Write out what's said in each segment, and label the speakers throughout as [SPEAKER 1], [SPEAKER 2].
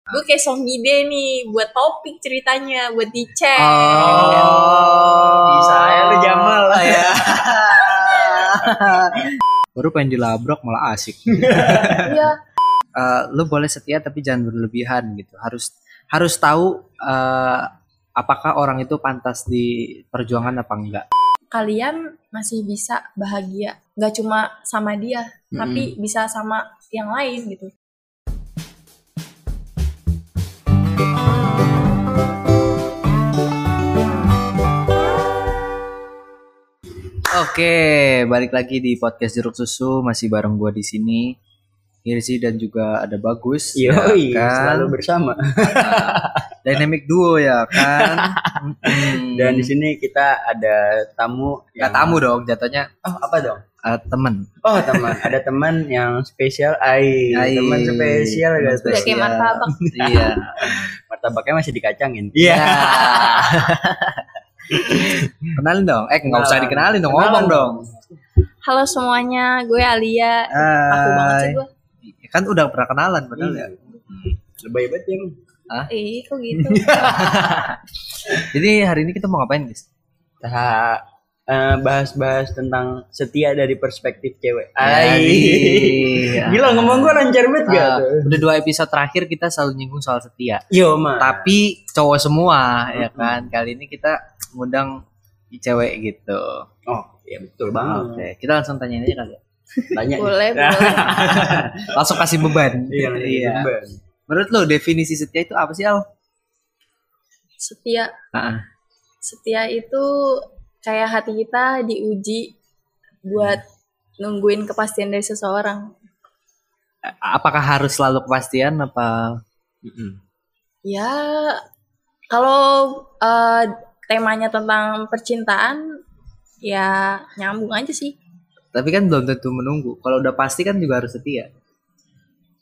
[SPEAKER 1] gue kayak song ide nih buat topik ceritanya buat di chat
[SPEAKER 2] Oh.
[SPEAKER 3] Bisa ya lu Jamal lah ya.
[SPEAKER 2] Baru pengen dilabrak malah asik.
[SPEAKER 1] Iya.
[SPEAKER 2] Eh, lu boleh setia tapi jangan berlebihan gitu. Harus harus tahu eh, apakah orang itu pantas di perjuangan apa enggak.
[SPEAKER 1] kalian masih bisa bahagia nggak cuma sama dia tapi bisa sama yang lain gitu
[SPEAKER 2] Oke, balik lagi di podcast jeruk susu masih bareng gua di sini. Hirsi dan juga ada Bagus. ya
[SPEAKER 3] Yoi,
[SPEAKER 2] kan?
[SPEAKER 3] selalu bersama.
[SPEAKER 2] Dynamic duo ya kan. Mm-mm.
[SPEAKER 3] Dan di sini kita ada Hmm. Nah, tamu
[SPEAKER 2] Nggak tamu dong jatuhnya
[SPEAKER 3] Oh, apa dong?
[SPEAKER 2] eh, temen.
[SPEAKER 3] Oh, teman. ada teman yang spesial. Ai,
[SPEAKER 2] Hai.
[SPEAKER 3] teman spesial
[SPEAKER 2] Teman
[SPEAKER 3] guys.
[SPEAKER 1] Udah kayak
[SPEAKER 2] Iya.
[SPEAKER 1] martabak.
[SPEAKER 2] Iya.
[SPEAKER 3] Martabaknya masih dikacangin.
[SPEAKER 2] Kenalin dong. Eh nggak usah
[SPEAKER 3] Kenalan.
[SPEAKER 2] dikenalin dong,
[SPEAKER 3] Kenalan
[SPEAKER 2] ngomong dong.
[SPEAKER 1] halo semuanya gue Alia aku banget sih
[SPEAKER 2] Hai.
[SPEAKER 1] gue
[SPEAKER 2] Kan udah pernah kenalan padahal ya.
[SPEAKER 3] Iya. Lebay banget yang
[SPEAKER 1] ih kok gitu
[SPEAKER 2] Jadi hari ini kita mau ngapain guys?
[SPEAKER 3] Ta- eh, bahas-bahas tentang setia dari perspektif cewek.
[SPEAKER 2] Iya.
[SPEAKER 3] Gila ngomong gua lancar banget gak
[SPEAKER 2] Ah,
[SPEAKER 3] tuh?
[SPEAKER 2] udah dua episode terakhir kita selalu nyinggung soal setia.
[SPEAKER 3] Yo, Iya, Ma.
[SPEAKER 2] Tapi cowok semua ya kan. Kali ini kita ngundang cewek gitu.
[SPEAKER 3] Oh, iya
[SPEAKER 2] Oke,
[SPEAKER 3] betul banget.
[SPEAKER 2] kita langsung tanyain aja kali. ya.
[SPEAKER 3] Tanya. nih.
[SPEAKER 1] boleh boleh
[SPEAKER 2] Langsung kasih beban.
[SPEAKER 3] Iya, iya. beban.
[SPEAKER 2] Menurut lo definisi setia itu apa sih Al?
[SPEAKER 1] setia
[SPEAKER 2] Ah.
[SPEAKER 1] setia itu kayak hati kita diuji buat nungguin kepastian dari seseorang
[SPEAKER 2] Apakah harus selalu kepastian apa?
[SPEAKER 1] ya kalau eh, temanya tentang percintaan ya nyambung aja sih
[SPEAKER 2] Tapi kan belum tentu menunggu. Kalau udah pasti kan juga harus setia.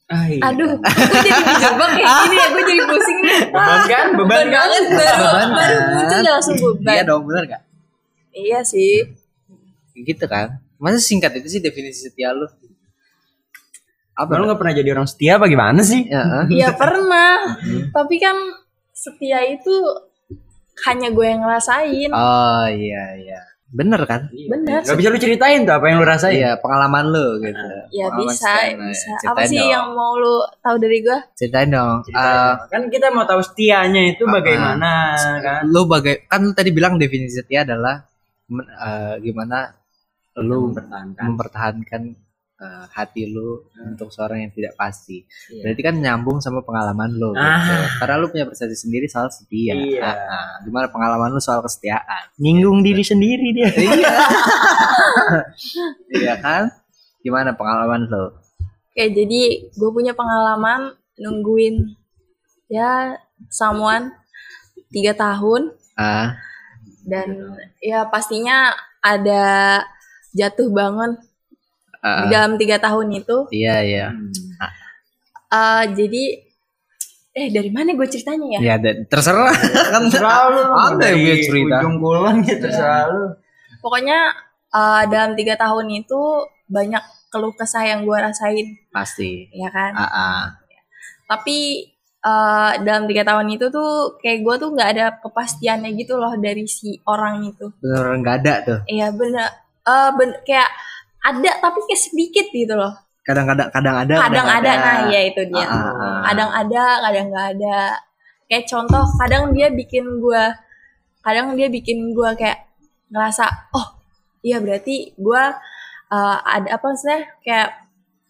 [SPEAKER 3] Ah, iya.
[SPEAKER 1] Aduh, gue jadi dijebak kayak
[SPEAKER 2] Ah,
[SPEAKER 1] gini ya, gue jadi pusing nih.
[SPEAKER 3] Beban kan? Beban
[SPEAKER 1] Beban
[SPEAKER 3] kan?
[SPEAKER 1] banget, baru,
[SPEAKER 2] Beban
[SPEAKER 1] baru
[SPEAKER 2] kan?
[SPEAKER 1] muncul udah langsung beban.
[SPEAKER 2] Iya dong, bener gak?
[SPEAKER 1] Iya sih,
[SPEAKER 2] Gitu kan? Masa singkat itu sih definisi setia lo? Apa?
[SPEAKER 3] Lu gak pernah jadi orang setia apa gimana sih?
[SPEAKER 2] Ya, ah.
[SPEAKER 1] iya pernah. Tapi kan setia itu hanya gue yang ngerasain.
[SPEAKER 2] Oh iya iya. Bener kan?
[SPEAKER 1] Bener.
[SPEAKER 3] Gak bisa lu ceritain tuh apa yang lu rasain.
[SPEAKER 2] Iya, pengalaman lo gitu.
[SPEAKER 1] Ya
[SPEAKER 2] Pengalaman
[SPEAKER 1] bisa, bisa.
[SPEAKER 2] setia, kan, eh, Ceritain
[SPEAKER 1] Apa sih
[SPEAKER 2] dong.
[SPEAKER 1] yang mau lu tahu dari gue?
[SPEAKER 2] Ceritain dong. Eh,
[SPEAKER 3] Ceritain. kan kita mau tahu setianya
[SPEAKER 2] Ah,
[SPEAKER 3] itu bagaimana kan?
[SPEAKER 2] lu bagai kan lu tadi bilang definisi setia adalah men- eh, gimana lu
[SPEAKER 3] mempertahankan.
[SPEAKER 2] mempertahankan eh, hati lu untuk seorang yang tidak pasti.
[SPEAKER 3] Hmm. Iya.
[SPEAKER 2] Berarti kan nyambung sama pengalaman lu. gitu.
[SPEAKER 3] Ah.
[SPEAKER 2] Karena lu punya persepsi sendiri soal setia.
[SPEAKER 3] Iya.
[SPEAKER 2] Ah, ah. Gimana pengalaman lu soal kesetiaan?
[SPEAKER 3] Nyinggung diri sendiri dia.
[SPEAKER 2] iya. iya kan? Gimana pengalaman lu?
[SPEAKER 1] Oke, jadi gue punya pengalaman nungguin ya someone tiga tahun
[SPEAKER 2] Ah,
[SPEAKER 1] dan ya pastinya ada jatuh bangun
[SPEAKER 2] ah,
[SPEAKER 1] di
[SPEAKER 2] ah.
[SPEAKER 1] dalam tiga tahun itu
[SPEAKER 2] iya iya.
[SPEAKER 1] Eh, jadi eh dari mana gue ceritanya ya?
[SPEAKER 2] Ya dan terserah kan
[SPEAKER 3] Selalu
[SPEAKER 2] Ada yang punya cerita.
[SPEAKER 3] Ujung kulon gitu
[SPEAKER 2] Iya.
[SPEAKER 3] selalu.
[SPEAKER 1] Pokoknya eh, dalam tiga tahun itu banyak keluh kesah yang gue rasain,
[SPEAKER 2] pasti.
[SPEAKER 1] ya kan?
[SPEAKER 2] Ah, ah.
[SPEAKER 1] Tapi eh, dalam tiga tahun itu tuh kayak gue tuh nggak ada kepastiannya gitu loh dari si orang itu.
[SPEAKER 2] Beneran nggak ada tuh.
[SPEAKER 1] Iya bener, Eh, ben- kayak ada tapi kayak sedikit gitu loh.
[SPEAKER 2] Kadang-kadang kadang ada.
[SPEAKER 1] Kadang ada, nah ya itu dia.
[SPEAKER 2] Ah, ah, ah.
[SPEAKER 1] kadang ada kadang nggak ada kayak contoh kadang dia bikin gua kadang dia bikin gua kayak ngerasa oh iya berarti gua uh, ada apa maksudnya kayak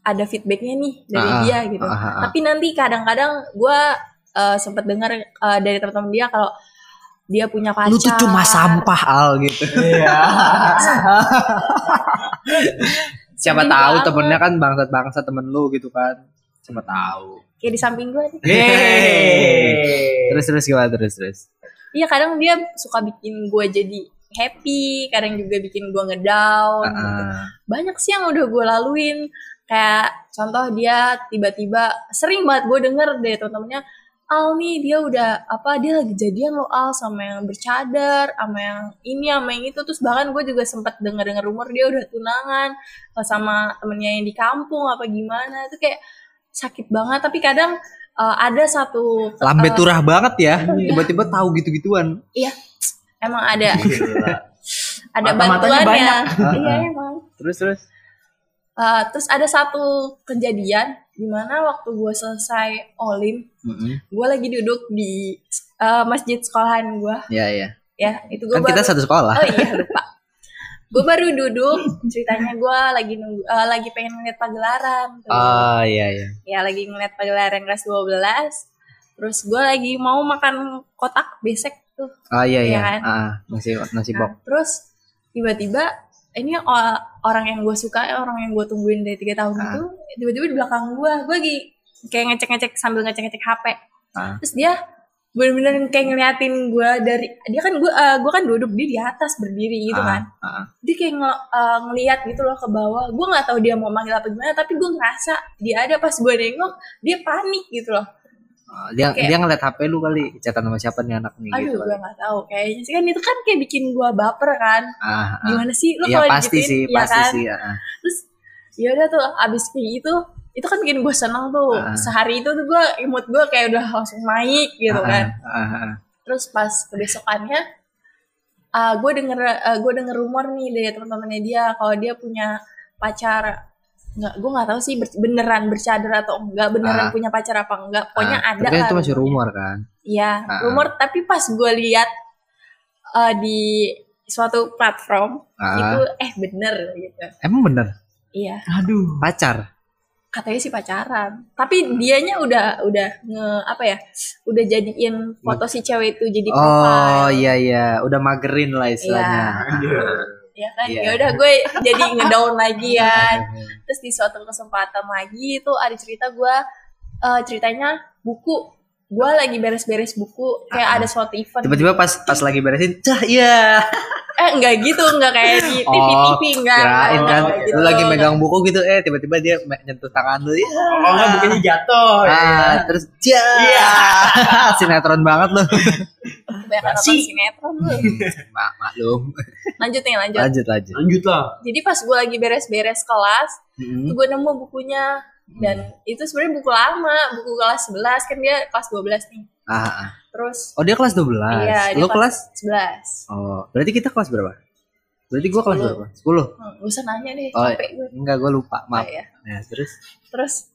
[SPEAKER 1] ada feedbacknya nih dari
[SPEAKER 2] Ah, ah,
[SPEAKER 1] dia gitu
[SPEAKER 2] ah, ah, ah.
[SPEAKER 1] tapi nanti kadang-kadang gua uh, sempat dengar uh, dari teman-teman dia kalau dia punya pacar
[SPEAKER 2] Lu tuh cuma sampah al gitu.
[SPEAKER 3] Iya.
[SPEAKER 2] Siapa
[SPEAKER 1] Sedih
[SPEAKER 2] tahu
[SPEAKER 1] banget.
[SPEAKER 2] temennya kan bangsat-bangsat temen lu gitu kan. Siapa tahu.
[SPEAKER 1] kayak di samping gua nih
[SPEAKER 3] Yeay.
[SPEAKER 2] Terus terus gimana terus terus.
[SPEAKER 1] iya kadang dia suka bikin gua jadi happy kadang juga bikin gua ngedown
[SPEAKER 2] Ah, ah.
[SPEAKER 1] banyak sih yang udah gue laluin kayak contoh dia tiba-tiba sering banget gue denger deh temen-temennya Al nih dia udah apa dia lagi jadian lo Al sama yang bercadar sama yang ini sama yang itu terus bahkan gue juga sempet denger-denger rumor dia udah tunangan eh, sama temennya yang di kampung apa gimana itu kayak sakit banget tapi kadang eh, ada satu
[SPEAKER 2] Lambe
[SPEAKER 1] eh,
[SPEAKER 2] turah banget ya.
[SPEAKER 1] Iya.
[SPEAKER 2] Tiba-tiba tahu gitu-gituan.
[SPEAKER 1] emang ada ada
[SPEAKER 3] Mata-matanya
[SPEAKER 1] bantuannya.
[SPEAKER 2] banyak.
[SPEAKER 1] Iya emang.
[SPEAKER 3] Terus terus.
[SPEAKER 1] Eh, terus ada satu kejadian dimana waktu gue selesai olim,
[SPEAKER 2] Mm-mm.
[SPEAKER 1] gue lagi duduk di eh, masjid sekolahan gue,
[SPEAKER 2] Iya, iya.
[SPEAKER 1] ya itu gue
[SPEAKER 2] Kan kita satu sekolah.
[SPEAKER 1] Oh iya lupa. gue baru duduk, ceritanya gue lagi nunggu, eh, lagi pengen ngeliat pagelaran. tuh.
[SPEAKER 2] Oh, iya, iya.
[SPEAKER 1] Ya lagi ngeliat pagelaran kelas 12 Terus gue lagi mau makan kotak besek tuh.
[SPEAKER 2] Oh, iya, iya.
[SPEAKER 1] Iya kan?
[SPEAKER 2] Ah, ah. nasi nasi
[SPEAKER 1] Nah,
[SPEAKER 2] box.
[SPEAKER 1] terus tiba-tiba ini o- orang yang gue suka, eh, orang yang gue tungguin dari tiga tahun
[SPEAKER 2] Ah.
[SPEAKER 1] itu tiba-tiba di belakang gue, gue lagi kayak ngecek-ngecek sambil ngecek-ngecek HP.
[SPEAKER 2] Ah.
[SPEAKER 1] Terus dia bener-bener kayak ngeliatin gue dari dia kan gue eh, gua kan duduk dia di atas berdiri gitu kan.
[SPEAKER 2] Ah, ah.
[SPEAKER 1] dia kayak ngel- eh, ngeliat gitu loh ke bawah gue nggak tahu dia mau manggil apa gimana tapi gue ngerasa dia ada pas gue nengok dia panik gitu loh
[SPEAKER 2] Oh, Dia
[SPEAKER 1] Kayak-
[SPEAKER 2] dia ngeliat HP lu kali, chatan sama siapa nih anak nih
[SPEAKER 1] aduh
[SPEAKER 2] gitu.
[SPEAKER 1] gue nggak tahu kayaknya sih kan itu kan kayak bikin gue baper kan
[SPEAKER 2] Ah, ah.
[SPEAKER 1] gimana sih lo
[SPEAKER 2] Iya
[SPEAKER 1] kalau
[SPEAKER 2] pasti
[SPEAKER 1] digituin,
[SPEAKER 2] sih,
[SPEAKER 1] iya
[SPEAKER 2] pasti
[SPEAKER 1] kan?
[SPEAKER 2] sih. ah, ah.
[SPEAKER 1] terus ya udah tuh abis kayak gitu itu kan bikin gue seneng tuh
[SPEAKER 2] Ah.
[SPEAKER 1] sehari itu tuh gue imut gue kayak udah langsung naik gitu
[SPEAKER 2] Ah,
[SPEAKER 1] kan
[SPEAKER 2] ah, ah, ah.
[SPEAKER 1] terus pas kebesokannya ah gue denger gue denger rumor nih dari teman-temannya dia kalau dia punya pacar nggak gue nggak tahu sih ber- beneran bercadar atau enggak beneran
[SPEAKER 2] Ah.
[SPEAKER 1] punya pacar apa enggak pokoknya
[SPEAKER 2] Ah,
[SPEAKER 1] ada
[SPEAKER 2] tapi kan
[SPEAKER 1] lah
[SPEAKER 2] itu masih
[SPEAKER 1] rumornya.
[SPEAKER 2] rumor kan.
[SPEAKER 1] iya
[SPEAKER 2] Ah.
[SPEAKER 1] rumor tapi pas gue lihat eh, di suatu platform
[SPEAKER 2] Ah.
[SPEAKER 1] itu eh bener gitu
[SPEAKER 2] Emang bener
[SPEAKER 1] iya
[SPEAKER 3] Aduh.
[SPEAKER 2] pacar.
[SPEAKER 1] katanya sih pacaran tapi dianya udah udah nge apa ya udah jadiin foto si cewek itu jadi profile Iya.
[SPEAKER 2] Oh iya iya, udah magerin lah istilahnya.
[SPEAKER 1] ya kan
[SPEAKER 2] Iya.
[SPEAKER 1] ya udah gue jadi ngedown lagi kan terus di suatu kesempatan lagi itu ada cerita gue eh, ceritanya buku gue lagi beres-beres buku kayak
[SPEAKER 2] Ah.
[SPEAKER 1] ada suatu event
[SPEAKER 2] Tiba-tiba pas pas lagi beresin, cah iya.
[SPEAKER 1] eh enggak gitu enggak kayak di
[SPEAKER 2] Oh,
[SPEAKER 1] tv tv enggak
[SPEAKER 2] Kirain
[SPEAKER 1] enggak, enggak
[SPEAKER 2] kan,
[SPEAKER 1] Nah, gitu.
[SPEAKER 2] lu lagi megang buku gitu, eh tiba-tiba dia me- nyentuh tangan lu. Iya.
[SPEAKER 3] Oh, enggak bukannya jatuh.
[SPEAKER 1] Oh,
[SPEAKER 3] ya.
[SPEAKER 2] Ah, terus cah.
[SPEAKER 3] Iya.
[SPEAKER 2] Sinetron banget lu.
[SPEAKER 1] kebanyakan nonton
[SPEAKER 3] Si.
[SPEAKER 1] sinetron lu
[SPEAKER 2] Mak maklum.
[SPEAKER 1] lanjut nih lanjut
[SPEAKER 2] Lanjut lanjut.
[SPEAKER 3] Lanjut lah.
[SPEAKER 1] jadi pas gue lagi beres-beres kelas
[SPEAKER 2] Mm-mm.
[SPEAKER 1] gue nemu bukunya
[SPEAKER 2] Hmm.
[SPEAKER 1] dan itu sebenarnya buku lama buku kelas 11 kan dia kelas 12 nih
[SPEAKER 2] Ah, ah.
[SPEAKER 1] terus
[SPEAKER 2] Oh dia kelas 12.
[SPEAKER 1] Iya, dia
[SPEAKER 2] Lu
[SPEAKER 1] kelas-
[SPEAKER 2] kelas
[SPEAKER 1] 11
[SPEAKER 2] Oh, berarti kita kelas berapa? Berarti gua kelas
[SPEAKER 1] Sepuluh.
[SPEAKER 2] berapa? 10.
[SPEAKER 1] Hmm, Gak usah nanya deh,
[SPEAKER 2] Oh,
[SPEAKER 1] capek gue.
[SPEAKER 2] Enggak, gua lupa.
[SPEAKER 1] Oh,
[SPEAKER 2] Maaf.
[SPEAKER 1] iya.
[SPEAKER 2] Nah, terus
[SPEAKER 1] Terus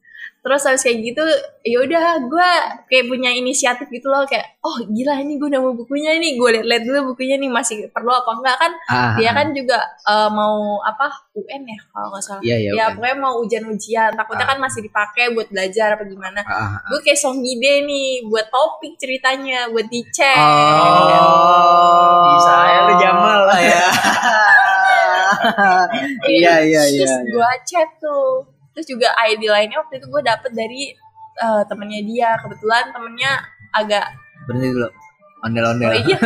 [SPEAKER 1] terus habis kayak gitu, ya udah gue kayak punya inisiatif gitu loh kayak oh gila ini gue nemu bukunya nih, gue liat-liat dulu bukunya nih masih perlu apa enggak kan?
[SPEAKER 2] ah,
[SPEAKER 1] Dia
[SPEAKER 2] ah,
[SPEAKER 1] kan juga eh, mau apa UN ya kalau nggak salah.
[SPEAKER 2] Iya, Ah. iya.
[SPEAKER 1] ya
[SPEAKER 2] bukan.
[SPEAKER 1] pokoknya mau ujian-ujian, takutnya kan masih dipakai buat belajar apa gimana.
[SPEAKER 2] Ah, ah, ah.
[SPEAKER 1] Gue kayak song ide nih buat topik ceritanya, buat dicek.
[SPEAKER 2] Oh.
[SPEAKER 3] Bisa ya, lu Jamal.
[SPEAKER 2] Ah, iya. Iya, iya, iya.
[SPEAKER 1] Terus gue chat tuh. Terus juga ID lainnya waktu itu gue dapet dari eh, temennya dia. Kebetulan temennya agak
[SPEAKER 2] Berhenti dulu. Ondel-ondel.
[SPEAKER 1] oh iya.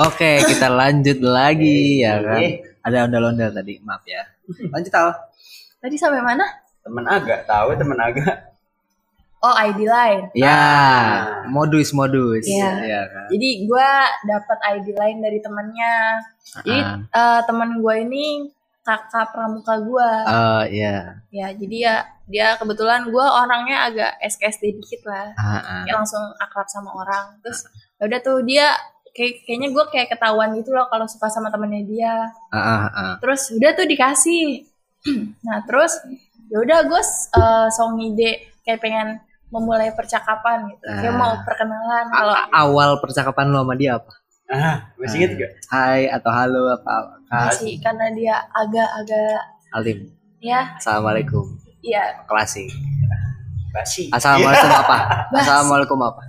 [SPEAKER 2] Oke, kita lanjut lagi ya kan.
[SPEAKER 3] Iya.
[SPEAKER 2] Ada ondel-ondel tadi, maaf ya. Lanjut Al.
[SPEAKER 1] Tadi sampai mana?
[SPEAKER 3] Temen agak tahu ya temen agak.
[SPEAKER 1] Oh ID lain.
[SPEAKER 2] Ya, modus modus.
[SPEAKER 1] Iya.
[SPEAKER 2] Iya kan.
[SPEAKER 1] Jadi gue dapet ID lain dari temennya. Jadi
[SPEAKER 2] Ah.
[SPEAKER 1] eh, teman gue ini kakak pramuka gue.
[SPEAKER 2] Oh, iya.
[SPEAKER 1] Ya jadi ya dia kebetulan gue orangnya agak SKSD dikit lah.
[SPEAKER 2] Ah, ah.
[SPEAKER 1] Kayak langsung akrab sama orang. Terus ya udah tuh dia kayak kayaknya gue kayak ketahuan gitu loh kalau suka sama temennya dia.
[SPEAKER 2] Ah, ah, ah.
[SPEAKER 1] terus udah tuh dikasih nah terus ya udah gue eh song ide kayak pengen memulai percakapan gitu kayak
[SPEAKER 2] Ah.
[SPEAKER 1] mau perkenalan kalau
[SPEAKER 2] A- awal percakapan lo sama dia apa?
[SPEAKER 3] Ah, masih inget gak?
[SPEAKER 2] Hai atau halo apa? Kak
[SPEAKER 1] masih karena dia agak-agak
[SPEAKER 2] Alim.
[SPEAKER 1] ya
[SPEAKER 2] Assalamualaikum.
[SPEAKER 1] ya
[SPEAKER 2] Klasik.
[SPEAKER 3] Basi. Iya.
[SPEAKER 2] Assalamualaikum apa?
[SPEAKER 1] Basi.
[SPEAKER 2] Assalamualaikum apa?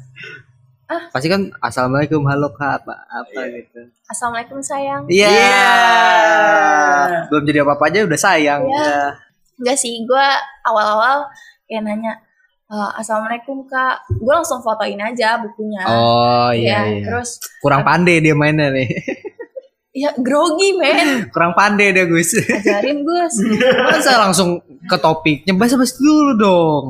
[SPEAKER 1] Ah.
[SPEAKER 2] Pasti kan assalamualaikum halo kak apa apa
[SPEAKER 3] Iya.
[SPEAKER 2] gitu.
[SPEAKER 1] assalamualaikum sayang
[SPEAKER 2] Iya.
[SPEAKER 3] Iya.
[SPEAKER 2] Belum jadi apa-apa aja udah sayang.
[SPEAKER 1] Iya.
[SPEAKER 2] Iya.
[SPEAKER 1] enggak sih gue awal-awal kayak nanya "Eh, assalamualaikum kak gue langsung fotoin aja bukunya
[SPEAKER 2] Oh
[SPEAKER 1] Ya,
[SPEAKER 2] iya, iya.
[SPEAKER 1] terus
[SPEAKER 2] Kurang pandai dia mainnya nih.
[SPEAKER 1] ya grogi men
[SPEAKER 2] Kurang pandai dia Gus.
[SPEAKER 1] ajarin Gus
[SPEAKER 2] Masa langsung ke topiknya basa-basi dulu dong.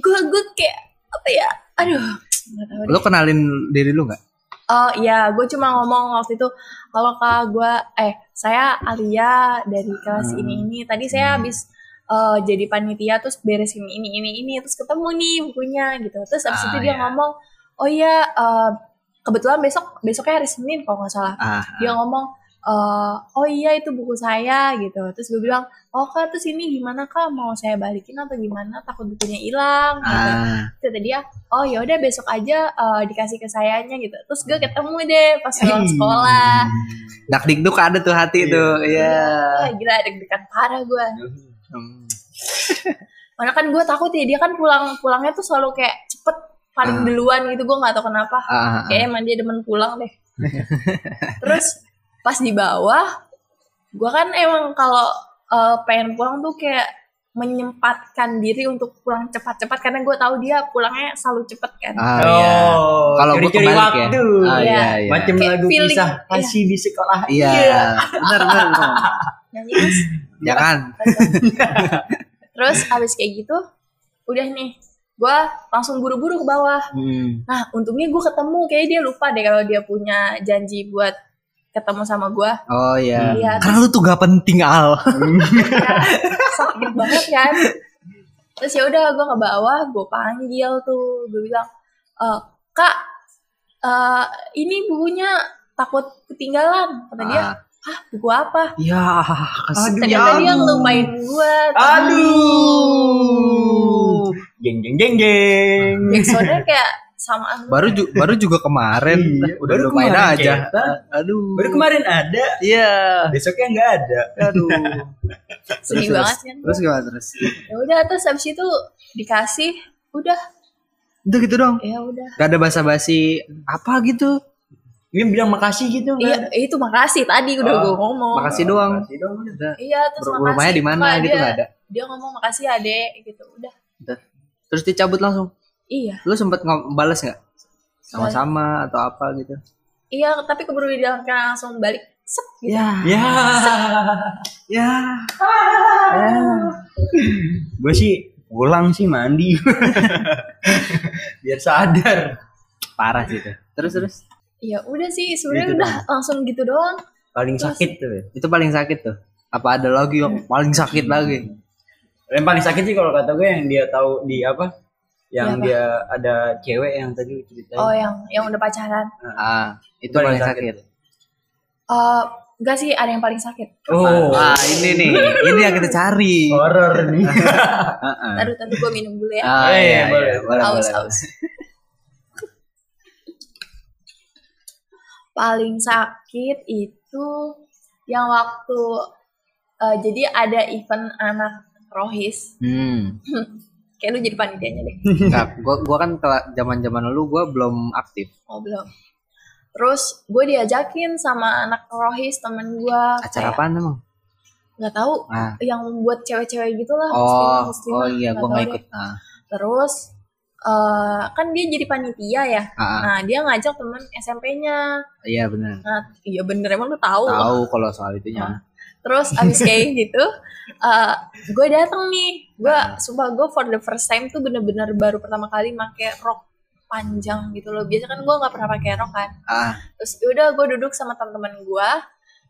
[SPEAKER 1] gue gue kayak apa ya aduh nggak tahu deh.
[SPEAKER 2] Lo kenalin diri lu nggak?
[SPEAKER 1] oh iya gue cuma ngomong waktu itu halo kak gue eh saya Alia dari kelas
[SPEAKER 2] Hmm.
[SPEAKER 1] ini ini tadi saya habis eh, jadi panitia terus beres ini ini ini ini terus ketemu nih bukunya gitu terus abis
[SPEAKER 2] Ah,
[SPEAKER 1] itu dia
[SPEAKER 2] iya.
[SPEAKER 1] ngomong oh iya eh, kebetulan besok besoknya hari Senin kalau nggak salah
[SPEAKER 2] Ah,
[SPEAKER 1] dia ngomong eh, oh iya itu buku saya gitu terus gue bilang oh kak terus ini gimana kak mau saya balikin atau gimana takut bukunya hilang gitu
[SPEAKER 2] ah.
[SPEAKER 1] Terus kata dia oh ya udah besok aja eh, dikasih ke sayanya gitu terus gue ketemu deh pas
[SPEAKER 2] Hmm.
[SPEAKER 1] pulang sekolah
[SPEAKER 2] Dak dikduk Ah. Hmm. ada tuh hati
[SPEAKER 3] Iya.
[SPEAKER 2] tuh. Iya.
[SPEAKER 1] Wah, gila deg-degan parah gue
[SPEAKER 2] Hmm.
[SPEAKER 1] mana kan gue takut ya dia kan pulang pulangnya tuh selalu kayak cepet paling
[SPEAKER 2] Ah.
[SPEAKER 1] duluan gitu gue nggak tahu kenapa
[SPEAKER 2] Ah, ah, ah.
[SPEAKER 1] Kayaknya emang dia demen pulang deh. Terus pas di bawah, gue kan emang kalau eh, pengen pulang tuh kayak menyempatkan diri untuk pulang cepat-cepat karena gue tahu dia pulangnya selalu cepet kan.
[SPEAKER 2] Ah, iya. Kalau gue
[SPEAKER 3] Oh,
[SPEAKER 2] kebalik
[SPEAKER 3] curi-curi
[SPEAKER 2] ya.
[SPEAKER 3] waktu.
[SPEAKER 2] Ah,
[SPEAKER 1] Iya.
[SPEAKER 2] iya, iya.
[SPEAKER 3] Macam
[SPEAKER 1] Kayak
[SPEAKER 3] lagu
[SPEAKER 1] feeling,
[SPEAKER 3] kisah
[SPEAKER 2] ya.
[SPEAKER 1] iya.
[SPEAKER 3] kasih di sekolah.
[SPEAKER 2] Iya. Benar, benar. benar. Ya kan?
[SPEAKER 1] Nyanyi terus.
[SPEAKER 2] Jangan.
[SPEAKER 1] terus abis kayak gitu, udah nih, gue langsung buru-buru ke bawah.
[SPEAKER 2] Hmm.
[SPEAKER 1] Nah untungnya gue ketemu, kayaknya dia lupa deh kalau dia punya janji buat ketemu sama gue.
[SPEAKER 2] Oh iya.
[SPEAKER 1] Iya,
[SPEAKER 2] Karena lu tuh gak penting Al.
[SPEAKER 1] Ya, sakit banget kan terus ya udah gue ke bawah gue panggil tuh gue bilang "Eh, kak eh, ini bukunya takut ketinggalan kata dia
[SPEAKER 2] Ah.
[SPEAKER 1] ah buku apa
[SPEAKER 2] Ya,
[SPEAKER 3] Nah, Aduh, ya
[SPEAKER 2] kasih.
[SPEAKER 1] ternyata dia
[SPEAKER 3] ampun.
[SPEAKER 1] ngelupain gue
[SPEAKER 3] Aduh. Jeng jeng jeng jeng.
[SPEAKER 1] backsoundnya kayak sama
[SPEAKER 2] Baru ju- baru juga kemarin
[SPEAKER 3] Iya,
[SPEAKER 2] udah
[SPEAKER 3] baru
[SPEAKER 2] lumayan
[SPEAKER 3] kemarin
[SPEAKER 2] aja. Eh,
[SPEAKER 3] cetak.
[SPEAKER 2] Aduh.
[SPEAKER 3] Baru kemarin ada,
[SPEAKER 2] Iya.
[SPEAKER 3] besoknya nggak ada.
[SPEAKER 2] Aduh.
[SPEAKER 1] sedih
[SPEAKER 2] terus,
[SPEAKER 1] banget kan
[SPEAKER 2] Terus gimana terus?
[SPEAKER 1] ya udah terus habis itu dikasih udah
[SPEAKER 2] Udah gitu dong.
[SPEAKER 1] ya udah
[SPEAKER 2] Gak ada basa-basi apa gitu.
[SPEAKER 3] Dia bilang makasih gitu nggak ada.
[SPEAKER 1] iya itu makasih tadi udah
[SPEAKER 3] Oh,
[SPEAKER 1] gue ngomong
[SPEAKER 2] makasih doang.
[SPEAKER 3] Makasih doang.
[SPEAKER 2] Udah.
[SPEAKER 1] iya terus
[SPEAKER 2] Ru-
[SPEAKER 1] makasih
[SPEAKER 2] Rumahnya di
[SPEAKER 1] Pak,
[SPEAKER 2] mana gitu
[SPEAKER 1] dia-
[SPEAKER 2] gak ada.
[SPEAKER 1] dia ngomong makasih ya dek gitu udah
[SPEAKER 2] Terus dicabut langsung.
[SPEAKER 1] iya
[SPEAKER 2] Lu sempet ngom- bales nggak? Sama-sama atau apa gitu?
[SPEAKER 1] Iya, tapi keburu dibilang langsung balik. Sep, gitu.
[SPEAKER 2] Ya.
[SPEAKER 3] Ya.
[SPEAKER 2] Ya.
[SPEAKER 3] Gue sih pulang sih mandi. Biar sadar.
[SPEAKER 2] Parah sih itu. Terus terus.
[SPEAKER 1] Ya udah sih, sebenarnya
[SPEAKER 3] Gitu
[SPEAKER 1] udah langsung gitu doang.
[SPEAKER 3] Paling sakit tuh. ya.
[SPEAKER 2] Itu paling sakit tuh. Apa ada lagi yang paling sakit lagi?
[SPEAKER 3] Yang paling sakit sih kalau kata gue yang dia tahu di apa?
[SPEAKER 1] Kenapa?
[SPEAKER 3] Yang dia ada cewek yang tadi ceritain.
[SPEAKER 1] Oh, yang yang udah pacaran.
[SPEAKER 2] Ah, itu paling,
[SPEAKER 1] Eh,
[SPEAKER 2] sakit.
[SPEAKER 1] enggak sih, ada yang paling sakit.
[SPEAKER 3] Oh,
[SPEAKER 2] Wah, Ah, ini nih. Ini yang kita cari.
[SPEAKER 3] horor nih.
[SPEAKER 2] Heeh.
[SPEAKER 1] Taruh, taruh gue minum dulu ya.
[SPEAKER 2] Ah,
[SPEAKER 3] Eh,
[SPEAKER 2] iya,
[SPEAKER 3] boleh.
[SPEAKER 2] iya, boleh,
[SPEAKER 1] Haus,
[SPEAKER 2] boleh,
[SPEAKER 1] haus. paling sakit itu yang waktu eh, jadi ada event anak rohis.
[SPEAKER 2] Hmm.
[SPEAKER 1] Kayak lu jadi panitianya deh.
[SPEAKER 2] Enggak, gua gua kan kela- zaman-zaman dulu gua belum aktif
[SPEAKER 1] Oh, belum. Terus gue diajakin sama anak rohis temen gue. ya?
[SPEAKER 2] acara apaan emang?
[SPEAKER 1] Nggak tahu
[SPEAKER 2] Ah.
[SPEAKER 1] yang buat cewek-cewek gitu lah muslimah,
[SPEAKER 2] Oh,
[SPEAKER 1] muslimah,
[SPEAKER 2] oh iya,
[SPEAKER 1] nggak
[SPEAKER 2] gua
[SPEAKER 1] tahu
[SPEAKER 2] nggak
[SPEAKER 1] deh.
[SPEAKER 2] ikut. Ah,
[SPEAKER 1] terus eh, kan dia jadi panitia ya
[SPEAKER 2] ah, ah.
[SPEAKER 1] nah dia ngajak temen SMP-nya
[SPEAKER 2] iya benar.
[SPEAKER 1] nah iya bener emang lu tahu
[SPEAKER 2] Tahu kalau soal itunya.
[SPEAKER 1] terus abis kayak gitu eh gue dateng nih gue
[SPEAKER 2] Ah.
[SPEAKER 1] sumpah gue for the first time tuh bener-bener baru pertama kali make rok panjang gitu loh biasa kan gue nggak pernah pakai rok kan
[SPEAKER 2] Ah,
[SPEAKER 1] terus udah gue duduk sama teman-teman gue